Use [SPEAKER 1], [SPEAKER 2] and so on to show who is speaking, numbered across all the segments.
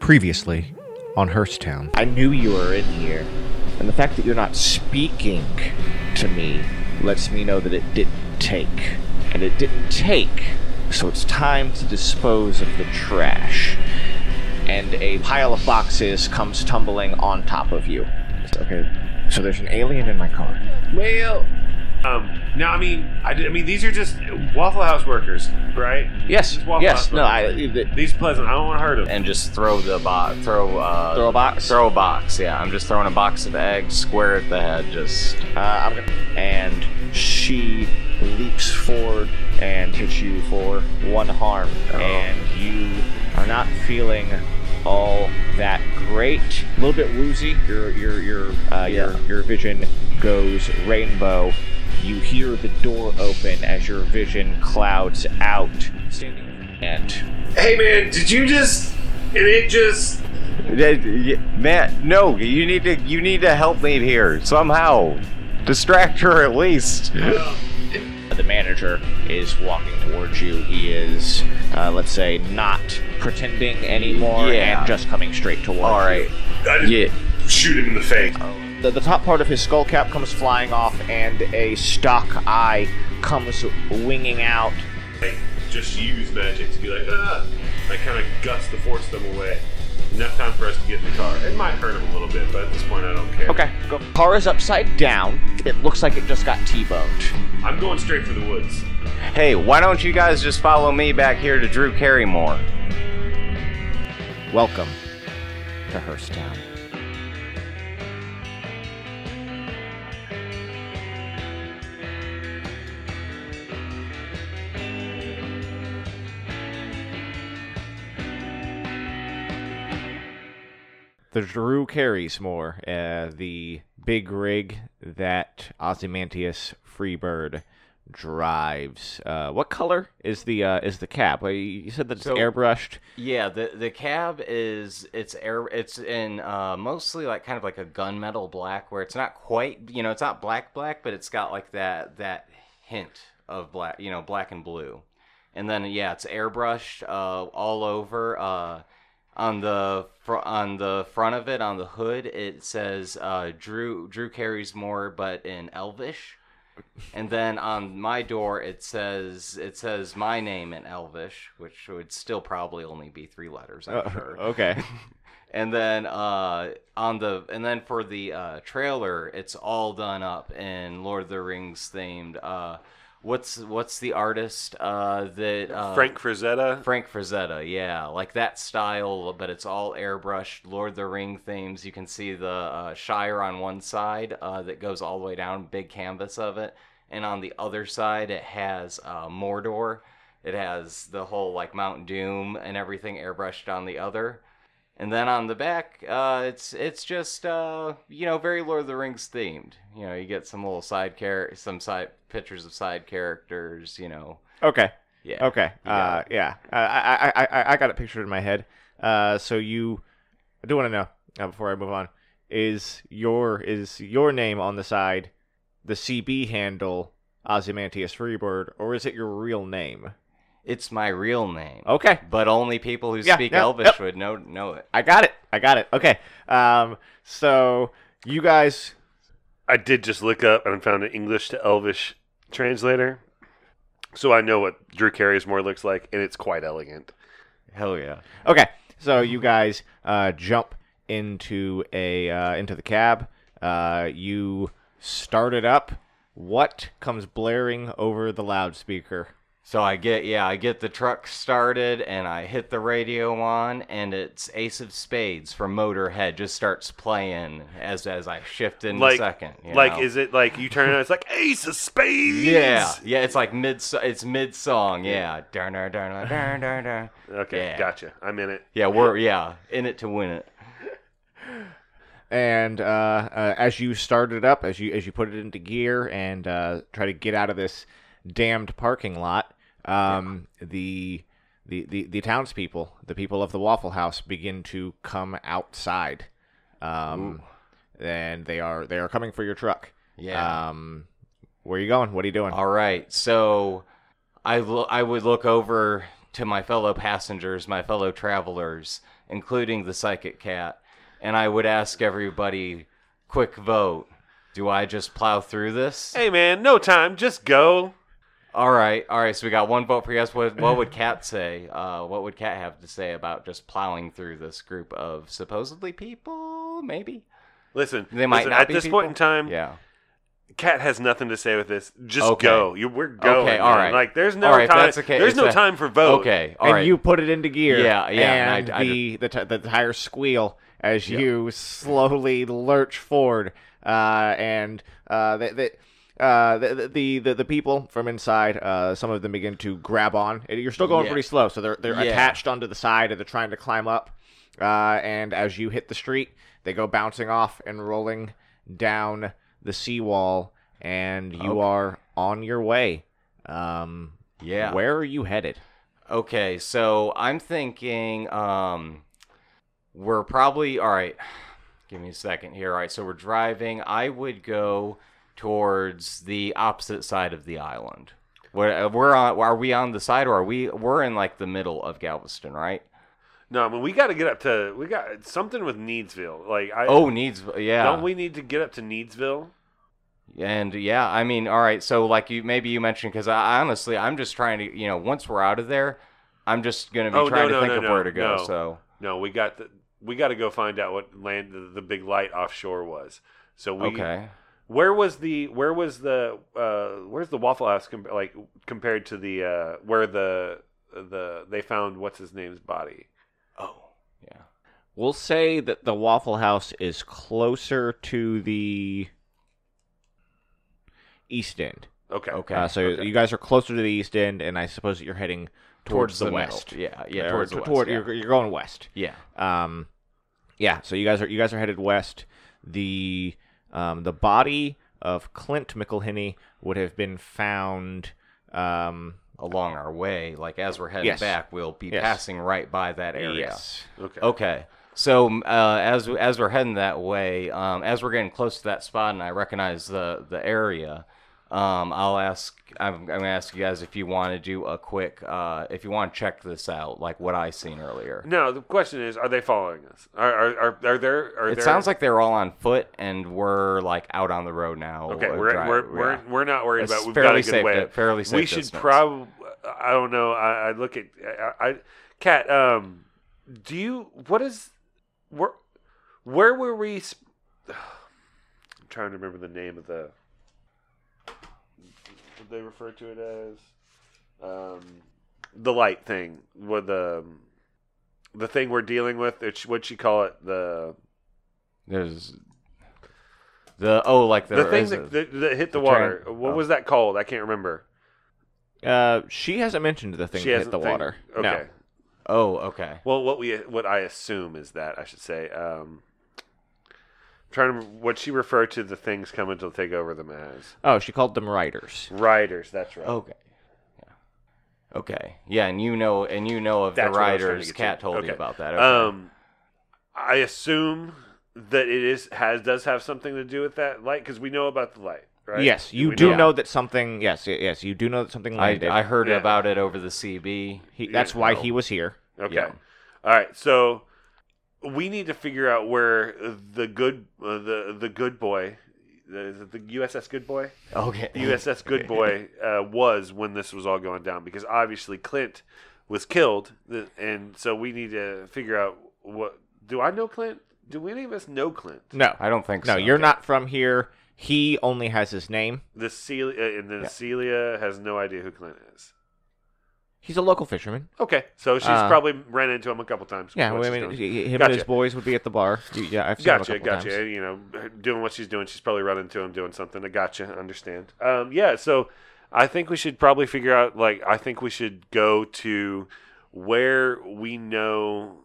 [SPEAKER 1] previously on Hearthtown.
[SPEAKER 2] I knew you were in here. And the fact that you're not speaking to me lets me know that it didn't take. And it didn't take, so it's time to dispose of the trash. And a pile of boxes comes tumbling on top of you. Okay, so there's an alien in my car.
[SPEAKER 3] Well, um, no, I mean, I, did- I mean, these are just Waffle House workers, right?
[SPEAKER 2] Yes,
[SPEAKER 3] Just walk
[SPEAKER 2] yes,
[SPEAKER 3] up.
[SPEAKER 2] no, I. Th-
[SPEAKER 3] These pleasant. I don't want to hurt them.
[SPEAKER 4] and just throw the box. Throw uh,
[SPEAKER 2] Throw a box?
[SPEAKER 4] Throw a box. Yeah, I'm just throwing a box of eggs square at the head. Just
[SPEAKER 2] Uh, I'm gonna, and she leaps forward and hits you for one harm, and you are not feeling all that great. A little bit woozy. Your your your uh, your your vision goes rainbow. You hear the door open as your vision clouds out. Standing and
[SPEAKER 3] Hey, man, did you just? And it just.
[SPEAKER 4] Matt, no, you need to you need to help me here somehow. Distract her at least.
[SPEAKER 2] The manager is walking towards you. He is, uh, let's say, not pretending anymore
[SPEAKER 4] Yeah.
[SPEAKER 2] and just coming straight towards
[SPEAKER 4] All right.
[SPEAKER 3] I just
[SPEAKER 4] Yeah.
[SPEAKER 3] shoot him in the face.
[SPEAKER 2] you. The, the top part of his skull cap comes flying off, and a stock eye comes winging out.
[SPEAKER 3] Like, just use magic to be like, ah, like kind of guts to force them away. Enough time for us to get in the car. It might hurt him a little bit, but at this point, I don't care.
[SPEAKER 2] Okay, go. Car is upside down. It looks like it just got T-boned.
[SPEAKER 3] I'm going straight for the woods.
[SPEAKER 4] Hey, why don't you guys just follow me back here to Drew Carrymore?
[SPEAKER 2] Welcome to Hearstown.
[SPEAKER 1] The Drew Carrysmore, uh, the big rig that Ozymandias Freebird drives. Uh, what color is the uh, is the cab? Uh, You said that it's
[SPEAKER 4] So-
[SPEAKER 1] airbrushed.
[SPEAKER 4] Yeah, the the cab is it's air it's in uh, mostly like kind of like a gunmetal black where it's not quite you know it's not black black but it's got like that that hint of black you know black and blue, and then yeah it's airbrushed uh, all over uh, on the fr- on the front of it on the hood it says uh, Drew Drew carries more but in Elvish. And then on my door it says it says my name in Elvish, which would still probably only be three letters, I'm
[SPEAKER 1] Uh,
[SPEAKER 4] sure.
[SPEAKER 1] okay.
[SPEAKER 4] And then uh, on the and then for the uh, trailer, it's all done up in Lord of the Rings themed. Uh, what's what's the artist uh, that uh,
[SPEAKER 5] Frank Frazetta.
[SPEAKER 4] Frank Frazetta, yeah, like that style, but it's all airbrushed Lord of the Ring themes. You can see the uh, Shire on one side uh, that goes all the way down, big canvas of it, and on the other side it has uh, Mordor. It has the whole like Mount Doom and everything airbrushed on the other, and then on the back, uh, it's it's just uh, you know very Lord of the Rings themed. You know, you get some little side char- some side pictures of side characters. You know,
[SPEAKER 1] Okay.
[SPEAKER 4] yeah.
[SPEAKER 1] Okay. Uh, yeah. Uh, I, I, I, I got it pictured in my head. Uh, so you, I do want to know uh, before I move on, is your is your name on the side, the CB handle Ozymandias Freebird, or is it your real name?
[SPEAKER 4] It's my real name.
[SPEAKER 1] Okay.
[SPEAKER 4] But only people who
[SPEAKER 1] Yeah,
[SPEAKER 4] speak
[SPEAKER 1] yeah,
[SPEAKER 4] Elvish
[SPEAKER 1] yep.
[SPEAKER 4] would know know it.
[SPEAKER 1] I got it. I got it. Okay. Um. So you guys.
[SPEAKER 5] I did just look up and found an English to Elvish translator. So I know what Drew Carrysmore looks like, and it's quite elegant.
[SPEAKER 4] Hell yeah.
[SPEAKER 1] Okay. So you guys uh, jump into a uh, into the cab. Uh, you start it up. What comes blaring over the loudspeaker?
[SPEAKER 4] So I get yeah, I get the truck started and I hit the radio on and it's Ace of Spades from Motorhead just starts playing as as I shift in
[SPEAKER 5] Like,
[SPEAKER 4] second. you
[SPEAKER 5] like
[SPEAKER 4] know?
[SPEAKER 5] is it like you turn it on? It's like Ace of Spades.
[SPEAKER 4] yeah, yeah, it's like mid, it's mid song, yeah. Darn, darn, darn, darn, darn, darn.
[SPEAKER 5] Okay,
[SPEAKER 4] Yeah.
[SPEAKER 5] gotcha. I'm in it.
[SPEAKER 4] Yeah, we're yeah in it to win it.
[SPEAKER 1] and uh, uh, as you start it up, as you as you put it into gear and uh, try to get out of this damned parking lot, um, the, the the the townspeople, the people of the Waffle House, begin to come outside, um, and they are they are coming for your truck.
[SPEAKER 4] Yeah.
[SPEAKER 1] Um, where are you going? What are you doing?
[SPEAKER 4] All right. So I lo- I would look over to my fellow passengers, my fellow travelers, including the psychic cat, and I would ask everybody, quick vote. Do I just plow through this?
[SPEAKER 5] Hey man, no time, just go.
[SPEAKER 4] All right, all right. So we got one vote for yes. What, what would Kat say? Uh, what would Kat have to say about just plowing through this group of supposedly people? Maybe.
[SPEAKER 5] Listen,
[SPEAKER 4] They might
[SPEAKER 5] listen,
[SPEAKER 4] not
[SPEAKER 5] at
[SPEAKER 4] be
[SPEAKER 5] this
[SPEAKER 4] people?
[SPEAKER 5] point in time,
[SPEAKER 4] Yeah.
[SPEAKER 5] Cat has nothing to say with this. Just
[SPEAKER 4] Okay.
[SPEAKER 5] go. You, we're going.
[SPEAKER 4] Okay, all
[SPEAKER 5] man.
[SPEAKER 4] right.
[SPEAKER 5] Like there's no
[SPEAKER 4] All right,
[SPEAKER 5] time.
[SPEAKER 4] that's okay.
[SPEAKER 5] There's
[SPEAKER 4] It's
[SPEAKER 5] no
[SPEAKER 4] a-
[SPEAKER 5] time for vote.
[SPEAKER 4] Okay. All
[SPEAKER 1] and
[SPEAKER 4] right.
[SPEAKER 1] you put it into gear.
[SPEAKER 4] Yeah, yeah,
[SPEAKER 1] And
[SPEAKER 4] and I- I
[SPEAKER 1] the the, t- the tire squeal as you slowly lurch forward, uh, and uh, the, the, uh, the, the the the people from inside, uh, some of them begin to grab on. And You're still going
[SPEAKER 4] Yeah.
[SPEAKER 1] pretty slow, so they're they're
[SPEAKER 4] Yeah.
[SPEAKER 1] attached onto the side and they're trying to climb up. Uh, and as you hit the street, they go bouncing off and rolling down the seawall, and you
[SPEAKER 4] Okay.
[SPEAKER 1] are on your way. Um,
[SPEAKER 4] yeah.
[SPEAKER 1] Where are you headed?
[SPEAKER 4] Okay, so I'm thinking um we're probably all right. Give me a second here. All right, so we're driving. I would go towards the opposite side of the island. We're, we're on. Are we on the side or are we? We're in like the middle of Galveston, right?
[SPEAKER 5] No, I mean we got to get up to we got something with Needsville. Like I
[SPEAKER 4] Oh, needs. Yeah.
[SPEAKER 5] Uh, don't we need to get up to Needsville?
[SPEAKER 4] And yeah, I mean, all right. So like you, maybe you mentioned because I I honestly, I'm just trying to, you know, once we're out of there, I'm just gonna be
[SPEAKER 5] Oh, no,
[SPEAKER 4] trying
[SPEAKER 5] no,
[SPEAKER 4] to think
[SPEAKER 5] no,
[SPEAKER 4] of
[SPEAKER 5] no,
[SPEAKER 4] where to go.
[SPEAKER 5] no.
[SPEAKER 4] So
[SPEAKER 5] No, we got the we got to go find out what land the, the big light offshore was. So we
[SPEAKER 4] okay.
[SPEAKER 5] where was the where was the uh where's the Waffle House com- like compared to the uh where the the they found what's his name's body.
[SPEAKER 4] Oh, yeah.
[SPEAKER 1] We'll say that the Waffle House is closer to the East End.
[SPEAKER 5] Okay.
[SPEAKER 4] Okay.
[SPEAKER 1] Uh, so you guys are closer to the East End, and I suppose that you're heading towards, the,
[SPEAKER 4] middle.
[SPEAKER 1] West.
[SPEAKER 4] Yeah, yeah,
[SPEAKER 1] Or
[SPEAKER 4] towards the
[SPEAKER 1] to-
[SPEAKER 4] west.
[SPEAKER 1] toward-
[SPEAKER 4] yeah.
[SPEAKER 1] You're, you're going west.
[SPEAKER 4] yeah.
[SPEAKER 1] Um, yeah. So you guys are you guys are headed west. The um, the body of Clint McElhinney would have been found. Um,
[SPEAKER 4] along our way, like as we're heading
[SPEAKER 1] Yes.
[SPEAKER 4] back, we'll be
[SPEAKER 1] Yes.
[SPEAKER 4] passing right by that area.
[SPEAKER 1] yes.
[SPEAKER 5] Okay.
[SPEAKER 4] Okay. So m- uh, as as we're heading that way, um, as we're getting close to that spot, and I recognize the the area, um, I'll ask. I'm, I'm gonna ask you guys if you want to do a quick, uh, if you want to check this out, like what I seen earlier.
[SPEAKER 5] No, the question is, are they following us? Are are are, are there? Are
[SPEAKER 4] It
[SPEAKER 5] there,
[SPEAKER 4] sounds like they're all on foot, and we're like out on the road now.
[SPEAKER 5] okay.
[SPEAKER 4] uh,
[SPEAKER 5] We're
[SPEAKER 4] dri-
[SPEAKER 5] we're,
[SPEAKER 4] yeah.
[SPEAKER 5] we're we're not worried
[SPEAKER 4] It's
[SPEAKER 5] about. We've got
[SPEAKER 4] fairly
[SPEAKER 5] a good
[SPEAKER 4] safe
[SPEAKER 5] way.
[SPEAKER 4] di- fairly safe
[SPEAKER 5] We should
[SPEAKER 4] distance.
[SPEAKER 5] probably. I don't know. I, I look at I, I cat. Um, do you what is where where were we? Sp- I'm trying to remember the name of the. What they refer to it as, um, the light thing. What the um, the thing we're dealing with? It's what you call it. The
[SPEAKER 4] There's the oh, like
[SPEAKER 5] the
[SPEAKER 4] there
[SPEAKER 5] thing
[SPEAKER 4] is a-
[SPEAKER 5] that, that, that hit the,
[SPEAKER 4] the
[SPEAKER 5] water.
[SPEAKER 4] train-
[SPEAKER 5] What
[SPEAKER 4] oh.
[SPEAKER 5] was that called? I can't remember.
[SPEAKER 1] Uh, she hasn't mentioned the thing that hit
[SPEAKER 5] hasn't
[SPEAKER 1] the
[SPEAKER 5] think-
[SPEAKER 1] water.
[SPEAKER 5] Okay.
[SPEAKER 1] No.
[SPEAKER 4] oh, okay.
[SPEAKER 5] Well, what we what I assume is that I should say. Um, trying to remember what she referred to the things coming to take over them as
[SPEAKER 1] Oh, she called them riders.
[SPEAKER 5] riders. That's right.
[SPEAKER 4] Okay. Yeah. Okay. Yeah, and you know, and you know of
[SPEAKER 5] That's
[SPEAKER 4] the
[SPEAKER 5] what I was trying to
[SPEAKER 4] riders.
[SPEAKER 5] get to.
[SPEAKER 4] Cat told
[SPEAKER 5] Okay.
[SPEAKER 4] you about that. Okay.
[SPEAKER 5] Um, I assume that it is has does have something to do with that light because we know about the light, right?
[SPEAKER 1] Yes, you
[SPEAKER 5] We
[SPEAKER 1] do
[SPEAKER 5] know-
[SPEAKER 1] know that something. Yes, y- yes, you do know that something
[SPEAKER 4] I,
[SPEAKER 1] landed.
[SPEAKER 4] I heard
[SPEAKER 5] Yeah.
[SPEAKER 4] about it over the CB.
[SPEAKER 1] he, that's why he was here.
[SPEAKER 5] Okay.
[SPEAKER 4] Yeah.
[SPEAKER 5] All right. So we need to figure out where the good uh, the the good boy the, the USS Good Boy
[SPEAKER 4] Okay.
[SPEAKER 5] the USS Good Boy uh, was when this was all going down because obviously Clint was killed th- and so we need to figure out what do I know Clint? Do any of us know Clint?
[SPEAKER 1] No,
[SPEAKER 4] I don't think
[SPEAKER 1] no,
[SPEAKER 4] so.
[SPEAKER 1] you're not from here. He only has his name.
[SPEAKER 5] The Celia and then
[SPEAKER 4] Yeah.
[SPEAKER 5] Celia has no idea who Clint is.
[SPEAKER 1] He's a local fisherman.
[SPEAKER 5] Okay, so she's
[SPEAKER 1] Uh,
[SPEAKER 5] probably ran into him a couple times.
[SPEAKER 1] Yeah,
[SPEAKER 5] when
[SPEAKER 1] well, I
[SPEAKER 5] she's
[SPEAKER 1] mean,
[SPEAKER 5] doing-
[SPEAKER 1] he- him
[SPEAKER 5] Gotcha.
[SPEAKER 1] and his boys would be at the bar. You- Yeah, I've seen
[SPEAKER 5] Gotcha,
[SPEAKER 1] him a couple
[SPEAKER 5] gotcha.
[SPEAKER 1] times.
[SPEAKER 5] You know, her doing what she's doing, she's probably running to him doing something. I gotcha. Understand. Um, yeah. So I think we should probably figure out. Like, I think we should go to where we know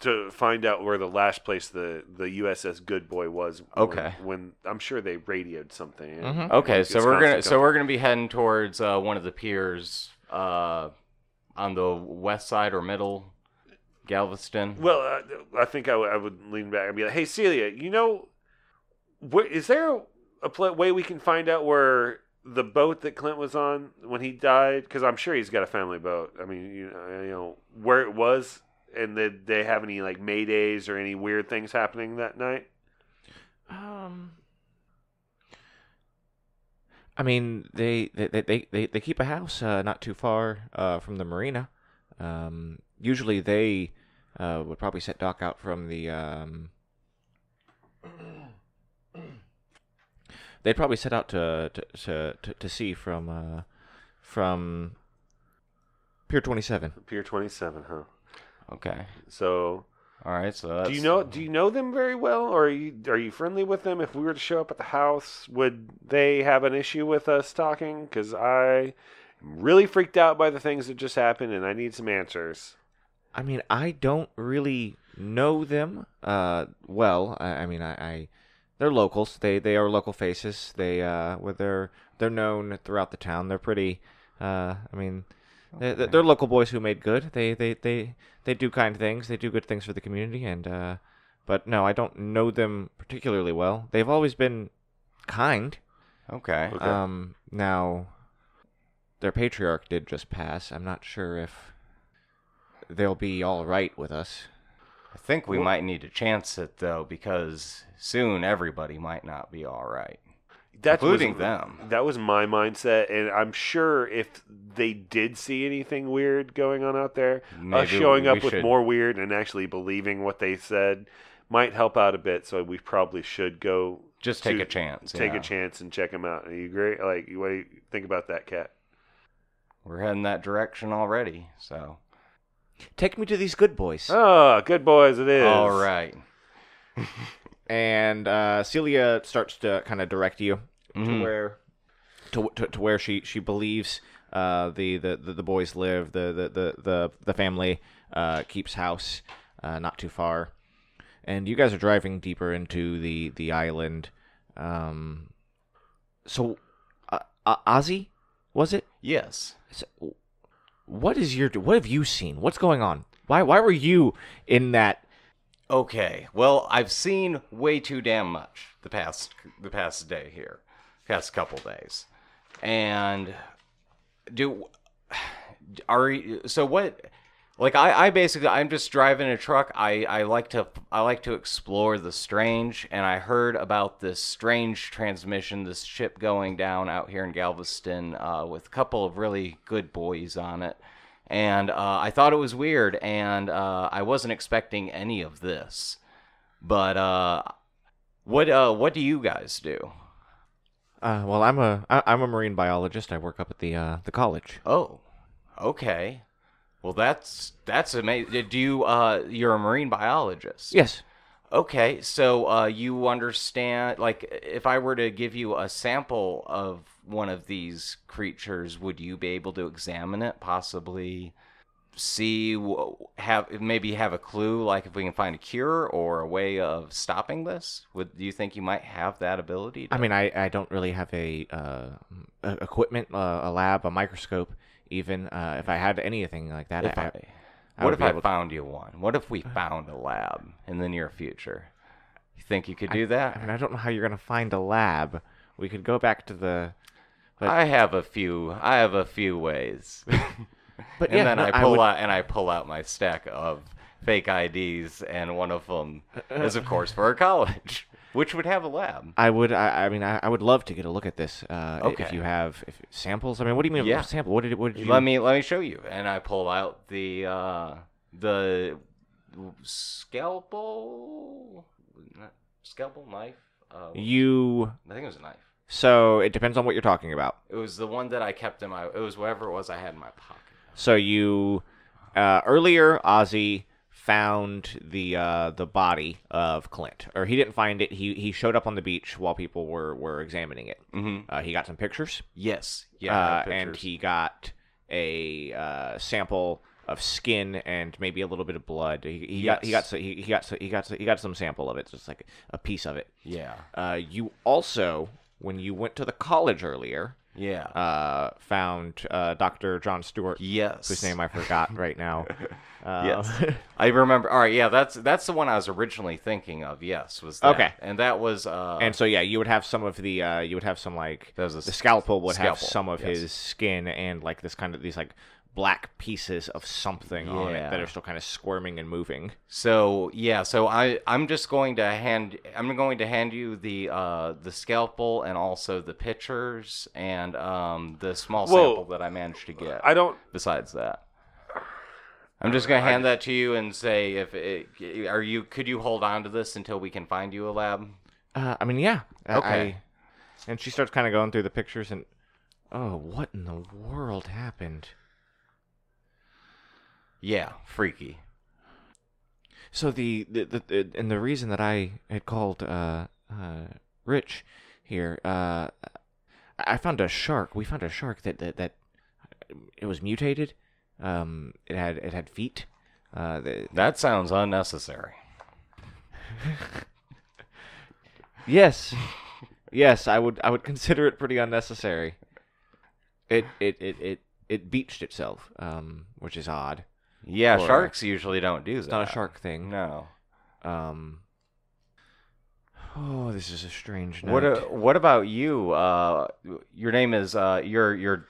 [SPEAKER 5] to find out where the last place the the USS Good Boy was. when-
[SPEAKER 4] Okay.
[SPEAKER 5] When, I'm sure they radioed something. in.
[SPEAKER 1] Mhm.
[SPEAKER 4] Okay, so we're gonna
[SPEAKER 5] Wisconsin
[SPEAKER 4] so we're gonna be heading towards uh, one of the piers uh, on the west side or middle, Galveston.
[SPEAKER 5] Well, uh, I, I think I would- I would lean back and be like, "Hey, Celia, you know, where, is there a pl- way we can find out where the boat that Clint was on when he died, because I'm sure he's got a family boat. I mean, you know, you know where it was, and did they have any like maydays or any weird things happening that night?
[SPEAKER 1] Um, I mean, they they, they- they, they, they keep a house uh, not too far uh, from the marina. Um, usually they uh, would probably set dock out from the. Um, they'd probably set out to to to, to, to sea from uh, from Pier Twenty Seven.
[SPEAKER 5] Pier 27, huh?
[SPEAKER 4] Okay.
[SPEAKER 5] So,
[SPEAKER 4] All right. So that's,
[SPEAKER 5] do you know do you know them very well, or are you are you friendly with them? If we were to show up at the house, would they have an issue with us talking? Because I am really freaked out by the things that just happened, and I need some answers.
[SPEAKER 1] I mean, I don't really know them uh, well. I, I mean, I, I they're locals. They they are local faces. They uh, well, they're they're known throughout the town. They're pretty. Uh, I mean, they they're, they're local boys who made good. They they they they do kind things. They do good things for the community. And uh, but no, I don't know them particularly well. They've always been kind.
[SPEAKER 4] Okay.
[SPEAKER 5] Okay.
[SPEAKER 1] Um, now, their patriarch did just pass. I'm not sure if they'll be all right with us.
[SPEAKER 4] I think we might need to chance it though, because soon everybody might not be all right.
[SPEAKER 5] That's
[SPEAKER 4] Including them.
[SPEAKER 5] That was my mindset, and I'm sure if they did see anything weird going on out there,
[SPEAKER 4] Maybe
[SPEAKER 5] us showing
[SPEAKER 4] we
[SPEAKER 5] up with
[SPEAKER 4] should-
[SPEAKER 5] more weird and actually believing what they said might help out a bit. So we probably should go
[SPEAKER 4] Just take
[SPEAKER 5] to-
[SPEAKER 4] a chance.
[SPEAKER 5] take
[SPEAKER 4] yeah.
[SPEAKER 5] a chance, and check them out. Are you agree? Like, what do you think about that, cat?
[SPEAKER 4] We're heading that direction already. So.
[SPEAKER 1] Take me to these good boys.
[SPEAKER 5] Oh, good boys, it is.
[SPEAKER 4] All right.
[SPEAKER 1] And uh, Celia starts to kind of direct you to
[SPEAKER 4] Mhm.
[SPEAKER 1] where to, to, to where she she believes uh, the, the, the the boys live. The the the the, the family uh, keeps house uh, not too far. And you guys are driving deeper into the the island. Um, so, uh, uh, Ozzy, was it?
[SPEAKER 4] Yes.
[SPEAKER 1] So, what is your what have you seen? What's going on? Why why were you in that?
[SPEAKER 4] Okay. Well, I've seen way too damn much the past the past day here, past couple days, and do are you- so what? Like I, I basically I'm just driving a truck. I, I like to I like to explore the strange, and I heard about this strange transmission, this ship going down out here in Galveston uh, with a couple of really good boys on it and uh, I thought it was weird, and uh, I wasn't expecting any of this. But uh, what uh, what do you guys do?
[SPEAKER 1] Uh, well, I'm a I, I'm a marine biologist. I work up at the uh, the college.
[SPEAKER 4] Oh, okay. Well, that's that's amazing. Do you uh, you're a marine biologist?
[SPEAKER 1] Yes.
[SPEAKER 4] Okay, so uh, you understand? Like, if I were to give you a sample of one of these creatures, would you be able to examine it? Possibly see wh- have maybe have a clue like if we can find a cure or a way of stopping this would do you think you might have that ability to...
[SPEAKER 1] I mean, I, I don't really have a, uh, a equipment, uh, a lab, a microscope. Even uh, if I had anything like that,
[SPEAKER 4] If
[SPEAKER 1] I,
[SPEAKER 4] I-
[SPEAKER 1] I- I
[SPEAKER 4] what
[SPEAKER 1] would
[SPEAKER 4] if
[SPEAKER 1] be
[SPEAKER 4] i
[SPEAKER 1] able to- Uh.
[SPEAKER 4] found you one what if we found a lab in the near future you think you could do that
[SPEAKER 1] I mean, I don't know how you're gonna find a lab. We could go back to the. but-
[SPEAKER 4] I have a few. I have a few ways.
[SPEAKER 1] But
[SPEAKER 4] and
[SPEAKER 1] yeah,
[SPEAKER 4] then
[SPEAKER 1] no,
[SPEAKER 4] I
[SPEAKER 1] I
[SPEAKER 4] pull
[SPEAKER 1] would-
[SPEAKER 4] out and I pull out my stack of fake IDs, and one of them
[SPEAKER 1] Uh,
[SPEAKER 4] is, of course, for a college, which would have a lab.
[SPEAKER 1] I would. I, I mean, I, I would love to get a look at this. Uh, i- If
[SPEAKER 4] Okay.
[SPEAKER 1] you have if, samples, I mean, what do you mean
[SPEAKER 4] Yeah.
[SPEAKER 1] sample? What did what did you?
[SPEAKER 4] Let me let me show you. And I pull out the uh, the scalpel, not- scalpel knife. Uh,
[SPEAKER 1] You.
[SPEAKER 4] I think it was a knife.
[SPEAKER 1] So it depends on what you're talking about.
[SPEAKER 4] It was the one that I kept in my. It was whatever it was I had in my pocket.
[SPEAKER 1] So you uh, earlier, Ozzy found the uh, the body of Clint, or he didn't find it. He he showed up on the beach while people were were examining it.
[SPEAKER 4] Mm-hmm.
[SPEAKER 1] Uh, he got some pictures,
[SPEAKER 4] Yes. Yeah. I
[SPEAKER 1] uh,
[SPEAKER 4] have
[SPEAKER 1] and
[SPEAKER 4] pictures.
[SPEAKER 1] he got a uh, sample of skin and maybe a little bit of blood. He, he got he got
[SPEAKER 4] Yes.
[SPEAKER 1] so, he, he got so, he got so, he got some sample of it, just like a piece of it.
[SPEAKER 4] Yeah.
[SPEAKER 1] Uh, you also, when you went to the college earlier,
[SPEAKER 4] Yeah.
[SPEAKER 1] uh, found uh, Dr. John Stewart,
[SPEAKER 4] yes.
[SPEAKER 1] whose name I forgot right now. Uh,
[SPEAKER 4] Yes. I remember. All right, yeah, that's that's the one I was originally thinking of. Yes, was that.
[SPEAKER 1] Okay.
[SPEAKER 4] and that was uh,
[SPEAKER 1] and so yeah, you would have some of the uh, you would have some like
[SPEAKER 4] That was a
[SPEAKER 1] the
[SPEAKER 4] s-
[SPEAKER 1] scalpel would have
[SPEAKER 4] scalpel,
[SPEAKER 1] some of
[SPEAKER 4] yes.
[SPEAKER 1] his skin and like this kind of these like black pieces of something on it that
[SPEAKER 4] Yeah.
[SPEAKER 1] are still kind of squirming and moving.
[SPEAKER 4] so yeah, so I I'm just going to hand I'm going to hand you the uh the scalpel and also the pictures and um the small
[SPEAKER 5] Whoa.
[SPEAKER 4] sample that I managed to get.
[SPEAKER 5] I don't.
[SPEAKER 4] besides that. I'm just gonna hand that to you and say if it, are you could you hold on to this until we can find you a lab?
[SPEAKER 1] Uh, I mean, yeah. I-
[SPEAKER 4] Okay.
[SPEAKER 1] I- and she starts kind of going through the pictures and, oh, what in the world happened?
[SPEAKER 4] Yeah, freaky.
[SPEAKER 1] So the, the, the, the and the reason that I had called uh, uh, Rich here, uh, I found a shark. We found a shark that that, that it was mutated. Um, it had it had feet. Uh, the,
[SPEAKER 4] That sounds unnecessary.
[SPEAKER 1] yes, yes, I would I would consider it pretty unnecessary. It it it it, it beached itself, um, which is odd.
[SPEAKER 4] Yeah,
[SPEAKER 1] Or-
[SPEAKER 4] sharks usually don't do that.
[SPEAKER 1] It's not a shark thing.
[SPEAKER 4] No.
[SPEAKER 1] Um. Oh, this is a strange night.
[SPEAKER 4] What a, what about you? Uh, your name is uh, you're you're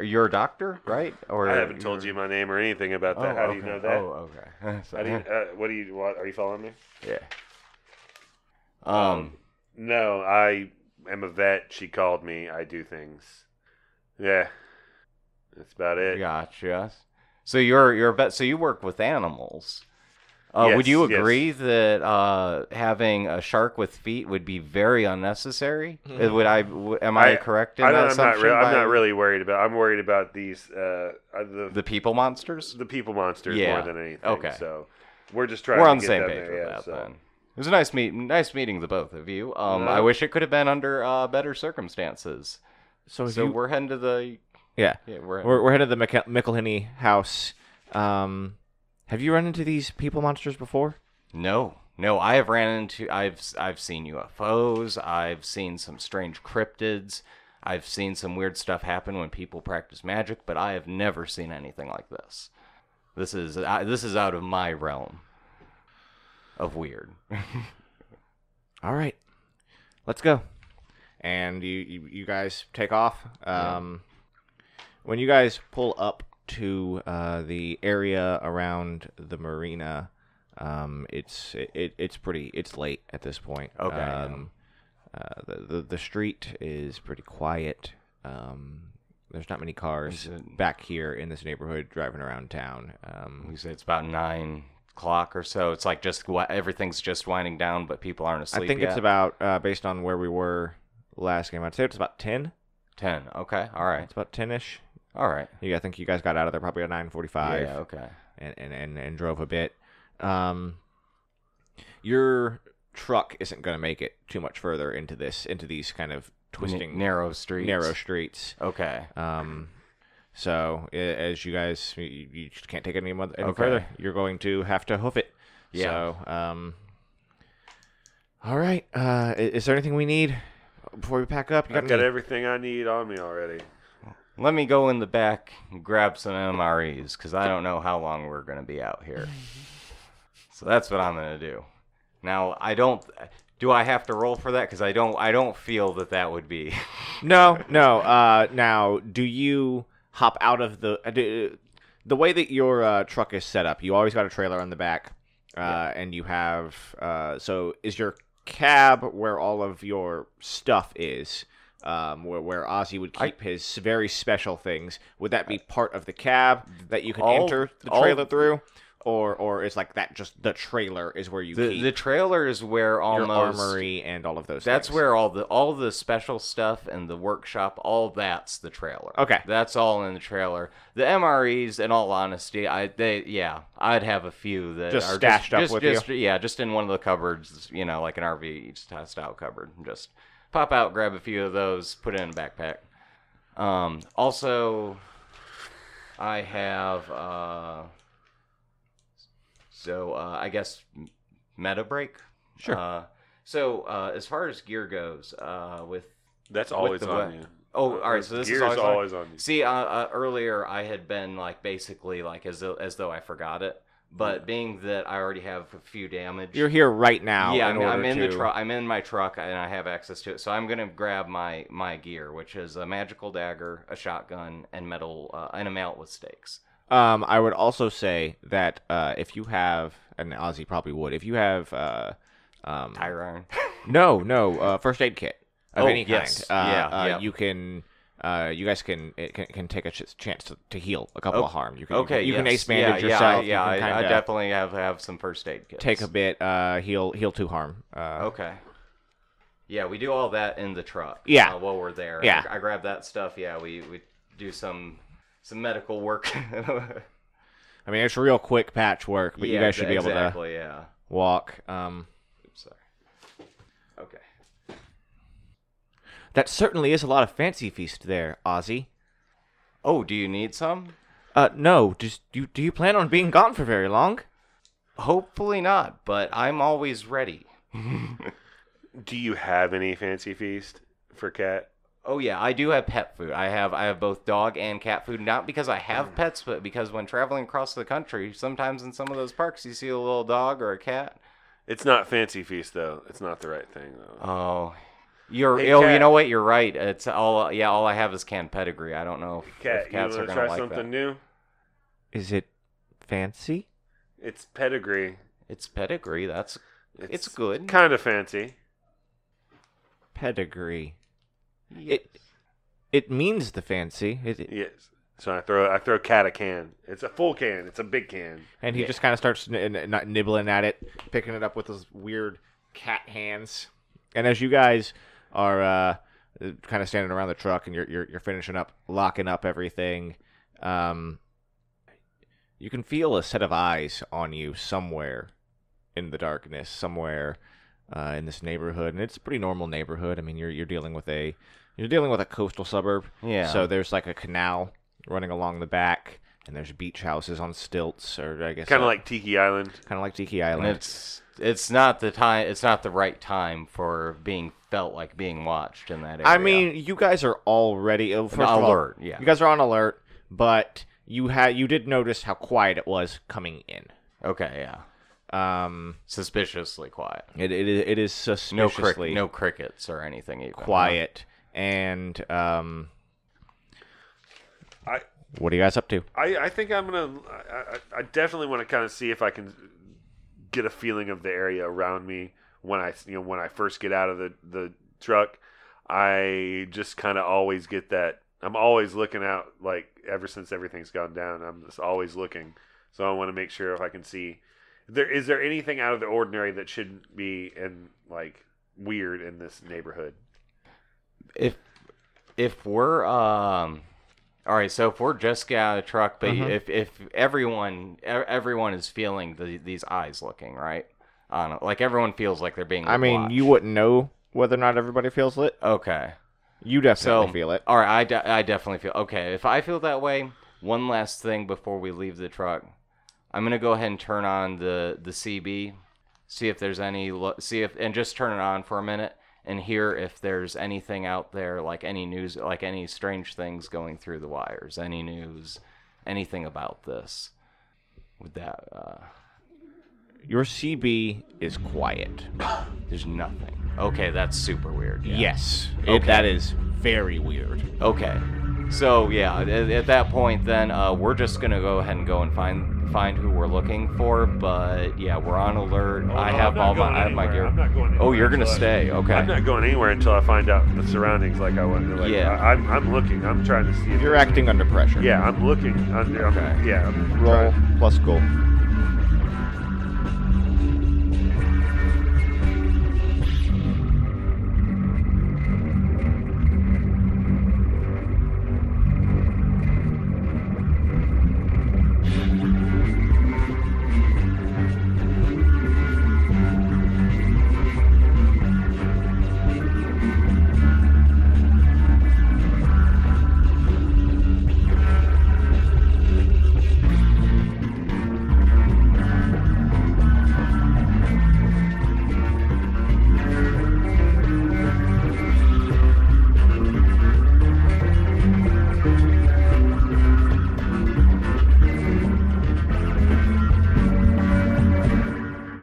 [SPEAKER 4] you're a doctor, right? Or
[SPEAKER 5] I haven't told you my name or anything about
[SPEAKER 4] Oh,
[SPEAKER 5] that. How do you
[SPEAKER 4] okay.
[SPEAKER 5] know that?
[SPEAKER 4] Oh, okay.
[SPEAKER 5] How do you, uh, what do you? What are you following me?
[SPEAKER 4] yeah. Um.
[SPEAKER 5] No, I am a vet. She called me. I do things. Yeah, that's about it.
[SPEAKER 4] Gotcha. So you're you're a vet. So you work with animals. Uh, would you
[SPEAKER 5] Yes, yes.
[SPEAKER 4] agree that uh, having a shark with feet would be very unnecessary? Uh, Would I? w- Am I,
[SPEAKER 5] Hmm. I-
[SPEAKER 4] correct in
[SPEAKER 5] I
[SPEAKER 4] that
[SPEAKER 5] don't, I'm not.
[SPEAKER 4] assumption?
[SPEAKER 5] Re- I'm
[SPEAKER 4] by
[SPEAKER 5] not really worried about. I'm worried about these uh, uh, the,
[SPEAKER 4] the people monsters.
[SPEAKER 5] the people monsters
[SPEAKER 4] Yeah.
[SPEAKER 5] more than anything.
[SPEAKER 4] Okay
[SPEAKER 5] So we're just trying.
[SPEAKER 4] We're
[SPEAKER 5] to
[SPEAKER 4] on the
[SPEAKER 5] get
[SPEAKER 4] same
[SPEAKER 5] them
[SPEAKER 4] page
[SPEAKER 5] there,
[SPEAKER 4] with
[SPEAKER 5] yeah,
[SPEAKER 4] that.
[SPEAKER 5] so.
[SPEAKER 4] Then it was a nice meet. Nice meeting the both of you. Um,
[SPEAKER 5] No.
[SPEAKER 4] I wish it could have been under uh, better circumstances.
[SPEAKER 1] So, if
[SPEAKER 4] So
[SPEAKER 1] you,
[SPEAKER 4] we're heading to the.
[SPEAKER 1] yeah,
[SPEAKER 4] Yeah, we're.
[SPEAKER 1] we're we're headed to the Mc- McElhinney house. Um, have you run into these people monsters before?
[SPEAKER 4] No, no, I have ran into I've I've seen UFOs, I've seen some strange cryptids, I've seen some weird stuff happen when people practice magic, but I have never seen anything like this. This is I, this is out of my realm of weird.
[SPEAKER 1] All right, let's go. And you you, you guys take off. Um, when you guys pull up to uh, the area around the marina, um, it's it, it, it's pretty it's late at this point.
[SPEAKER 4] Okay, yeah.
[SPEAKER 1] Um, uh, the, the the street is pretty quiet. Um, there's not many cars
[SPEAKER 4] Is it-
[SPEAKER 1] back here in this neighborhood driving around town. Um,
[SPEAKER 4] we say it's about nine o'clock or so. It's like just wi- everything's just winding down, but people aren't asleep.
[SPEAKER 1] I think it's
[SPEAKER 4] yet.
[SPEAKER 1] about uh, based on where we were last game. I'd say it's about ten.
[SPEAKER 4] ten. Okay, all right,
[SPEAKER 1] It's about ten ish.
[SPEAKER 4] all right.
[SPEAKER 1] Yeah, I think you guys got out of there probably at nine forty-five,
[SPEAKER 4] Yeah, okay.
[SPEAKER 1] and, and, and and drove a bit. Um, your truck isn't going to make it too much further into this into these kind of
[SPEAKER 4] N-
[SPEAKER 1] twisting
[SPEAKER 4] narrow streets.
[SPEAKER 1] narrow streets.
[SPEAKER 4] Okay.
[SPEAKER 1] Um, so a- as you guys, you, you just can't take it any, mo- any
[SPEAKER 4] Okay.
[SPEAKER 1] further. You're going to have to hoof it.
[SPEAKER 4] Yeah.
[SPEAKER 1] So, um, all right. Uh, i- is there anything we need before we pack up? You
[SPEAKER 5] I've
[SPEAKER 1] got
[SPEAKER 5] got
[SPEAKER 1] any-
[SPEAKER 5] everything I need on me already.
[SPEAKER 4] Let me go in the back and grab some MREs because I don't know how long we're going to be out here. So that's what I'm going to do. Now, I don't. Do I have to roll for that? Because I don't. I don't feel that that would be.
[SPEAKER 1] No, no. Uh, now, do you hop out of the uh, do, the way that your uh, truck is set up? You always got a trailer on the back, uh, and you have. Uh, so, is your cab where all of your stuff is? Um, where, where Ozzy would keep his very special things. Would that be part of the cab that you can
[SPEAKER 4] All-
[SPEAKER 1] enter the
[SPEAKER 4] all-
[SPEAKER 1] trailer through, or or is like that just the trailer is where you
[SPEAKER 4] The,
[SPEAKER 1] keep
[SPEAKER 4] the trailer is where
[SPEAKER 1] your
[SPEAKER 4] almost.
[SPEAKER 1] armory and all of those?
[SPEAKER 4] That's
[SPEAKER 1] things?
[SPEAKER 4] where all the all the special stuff and the workshop, all that's the trailer.
[SPEAKER 1] Okay.
[SPEAKER 4] that's all in the trailer. The MREs, in all honesty, I they yeah, I'd have a few that
[SPEAKER 1] Just
[SPEAKER 4] are
[SPEAKER 1] stashed up
[SPEAKER 4] just,
[SPEAKER 1] with
[SPEAKER 4] just, Yeah, just in one of the cupboards, you know, like an RV st- style cupboard. Just pop out, grab a few of those, put it in a backpack. Um, also, I have uh, so uh, I guess m- meta break.
[SPEAKER 1] Sure.
[SPEAKER 4] Uh, so uh, as far as gear goes, uh, with
[SPEAKER 5] That's
[SPEAKER 4] always the on wet. you. Oh, all right. So this
[SPEAKER 5] Gear
[SPEAKER 4] is always, on.
[SPEAKER 5] always on you.
[SPEAKER 4] See, uh, uh, earlier I had been like basically like as though, as though I forgot it, but being that I already have a few damage.
[SPEAKER 1] Mm. You're here right now.
[SPEAKER 4] yeah,
[SPEAKER 1] in
[SPEAKER 4] I'm, I'm
[SPEAKER 1] order
[SPEAKER 4] in the
[SPEAKER 1] to-
[SPEAKER 4] truck. I'm in my truck and I have access to it, so I'm gonna grab my my gear, which is a magical dagger, a shotgun, and metal uh, and a mallet with stakes.
[SPEAKER 1] Um, I would also say that uh, if you have, and Ozzy probably would, if you have, uh, um,
[SPEAKER 4] Tire iron.
[SPEAKER 1] no, no, uh, first aid kit of
[SPEAKER 4] Oh,
[SPEAKER 1] any
[SPEAKER 4] yes.
[SPEAKER 1] kind. Uh,
[SPEAKER 4] Yeah,
[SPEAKER 1] uh,
[SPEAKER 4] yeah.
[SPEAKER 1] you can. Uh, you guys can, it can can take a ch- chance to, to heal a couple
[SPEAKER 4] Oh,
[SPEAKER 1] of harm. You can
[SPEAKER 4] Okay.
[SPEAKER 1] you can,
[SPEAKER 4] yes.
[SPEAKER 1] ace bandage
[SPEAKER 4] yeah,
[SPEAKER 1] yourself.
[SPEAKER 4] Yeah, I,
[SPEAKER 1] you
[SPEAKER 4] yeah,
[SPEAKER 1] can
[SPEAKER 4] I, I
[SPEAKER 1] kinda
[SPEAKER 4] definitely have have some first aid kits.
[SPEAKER 1] take a bit. Uh, heal heal two harm. Uh,
[SPEAKER 4] Okay. Yeah, we do all that in the truck.
[SPEAKER 1] Yeah.
[SPEAKER 4] uh, while we're there.
[SPEAKER 1] Yeah.
[SPEAKER 4] I, I grab that stuff. Yeah, we we do some some medical work.
[SPEAKER 1] I mean it's real quick patchwork, but you
[SPEAKER 4] Yeah,
[SPEAKER 1] guys should be able to
[SPEAKER 4] exactly, Yeah.
[SPEAKER 1] walk. Um,
[SPEAKER 4] Oops, sorry. Okay.
[SPEAKER 1] that certainly is a lot of fancy feast there, Ozzy.
[SPEAKER 4] Oh, do you need some?
[SPEAKER 1] Uh, no, just do you, do you plan on being gone for very long?
[SPEAKER 4] Hopefully not, but I'm always ready.
[SPEAKER 5] Do you have any fancy feast for cat?
[SPEAKER 4] Oh yeah, I do have pet food. I have I have both dog and cat food. Not because I have pets, but because when traveling across the country, sometimes in some of those parks you see a little dog or a cat.
[SPEAKER 5] It's not fancy feast though. It's not the right thing though.
[SPEAKER 4] Oh, you're
[SPEAKER 5] Hey,
[SPEAKER 4] oh, you
[SPEAKER 5] Kat.
[SPEAKER 4] know what? You're right. It's all yeah. All I have is canned pedigree. I don't know if,
[SPEAKER 5] cat,
[SPEAKER 4] if
[SPEAKER 5] you want
[SPEAKER 4] cats are
[SPEAKER 5] to
[SPEAKER 4] gonna
[SPEAKER 5] try
[SPEAKER 4] like
[SPEAKER 5] something
[SPEAKER 4] that.
[SPEAKER 5] new?
[SPEAKER 1] Is it fancy?
[SPEAKER 5] It's pedigree.
[SPEAKER 4] It's pedigree. That's it's, good.
[SPEAKER 5] Kind of fancy.
[SPEAKER 1] Pedigree. It it means the fancy. It, it-
[SPEAKER 5] Yes. So I throw I throw cat a can. It's a full can. It's a big can.
[SPEAKER 1] and he just kind of starts n- n- not nibbling at it, picking it up with his weird cat hands. And as you guys are uh, kind of standing around the truck and you're, you're you're finishing up locking up everything, um, you can feel a set of eyes on you somewhere in the darkness, somewhere uh, in this neighborhood, and it's a pretty normal neighborhood. I mean, you're you're dealing with a you're dealing with a coastal suburb.
[SPEAKER 4] Yeah.
[SPEAKER 1] So there's like a canal running along the back, and there's beach houses on stilts, or I guess
[SPEAKER 5] Kind of like Tiki Island.
[SPEAKER 1] kind of like Tiki
[SPEAKER 4] And
[SPEAKER 1] Island.
[SPEAKER 4] it's it's not the time. It's not the right time for being felt like being watched in that area.
[SPEAKER 1] I mean, you guys are already oh, first of all,
[SPEAKER 4] alert, yeah.
[SPEAKER 1] you guys are on alert, but you had you did notice how quiet it was coming in.
[SPEAKER 4] okay, yeah,
[SPEAKER 1] Um,
[SPEAKER 4] suspiciously quiet.
[SPEAKER 1] it it is, it is
[SPEAKER 4] No
[SPEAKER 1] suspiciously
[SPEAKER 4] crick, no crickets or anything.
[SPEAKER 1] uh-huh.
[SPEAKER 4] Even.
[SPEAKER 1] quiet, and um,
[SPEAKER 5] I
[SPEAKER 1] what are you guys up to?
[SPEAKER 5] I, I think I'm gonna. I, I, I definitely want to kind of see if I can get a feeling of the area around me when I you know when I first get out of the the truck. I just kind of always get that. I'm always looking out. Like ever since everything's gone down, I'm just always looking. So I want to make sure if I can see. There is there anything out of the ordinary that shouldn't be in like weird in this neighborhood?
[SPEAKER 4] if if we're um all right so if we're just getting out of the truck but
[SPEAKER 1] Mm-hmm.
[SPEAKER 4] if if everyone e- everyone is feeling the, these eyes looking right on it, like everyone feels like they're being
[SPEAKER 1] I mean,
[SPEAKER 4] watched.
[SPEAKER 1] you wouldn't know whether or not everybody feels lit.
[SPEAKER 4] okay
[SPEAKER 1] You
[SPEAKER 4] so
[SPEAKER 1] definitely feel it.
[SPEAKER 4] all right I, de- I definitely feel okay if i feel that way one last thing before we leave the truck i'm gonna go ahead and turn on the the cb see if there's any lo- see if and just turn it on for a minute and hear if there's anything out there like any news like any strange things going through the wires any news anything about this with that uh
[SPEAKER 1] Your CB is quiet.
[SPEAKER 4] there's nothing okay that's super weird yeah.
[SPEAKER 1] Yes, it-
[SPEAKER 4] Okay.
[SPEAKER 1] that is very weird.
[SPEAKER 4] Okay. So yeah, at, at that point, then uh, we're just gonna go ahead and go and find find who we're looking for. But yeah, we're on alert. I
[SPEAKER 5] Oh, no,
[SPEAKER 4] have
[SPEAKER 5] I'm not
[SPEAKER 4] all my
[SPEAKER 5] going
[SPEAKER 4] I have my
[SPEAKER 5] anywhere.
[SPEAKER 4] gear.
[SPEAKER 5] I'm not going
[SPEAKER 4] oh,
[SPEAKER 5] anywhere
[SPEAKER 4] you're gonna
[SPEAKER 5] until I-
[SPEAKER 4] stay. Okay.
[SPEAKER 5] I'm not going anywhere until I find out the surroundings like I want. to. Like,
[SPEAKER 4] Yeah.
[SPEAKER 5] I, I'm, I'm looking. I'm trying to see. If
[SPEAKER 1] You're
[SPEAKER 5] there's
[SPEAKER 1] acting under pressure.
[SPEAKER 5] any- Yeah, I'm looking. Under, I'm,
[SPEAKER 4] Okay.
[SPEAKER 5] Yeah. I'm
[SPEAKER 1] Roll
[SPEAKER 5] trying-
[SPEAKER 1] plus goal.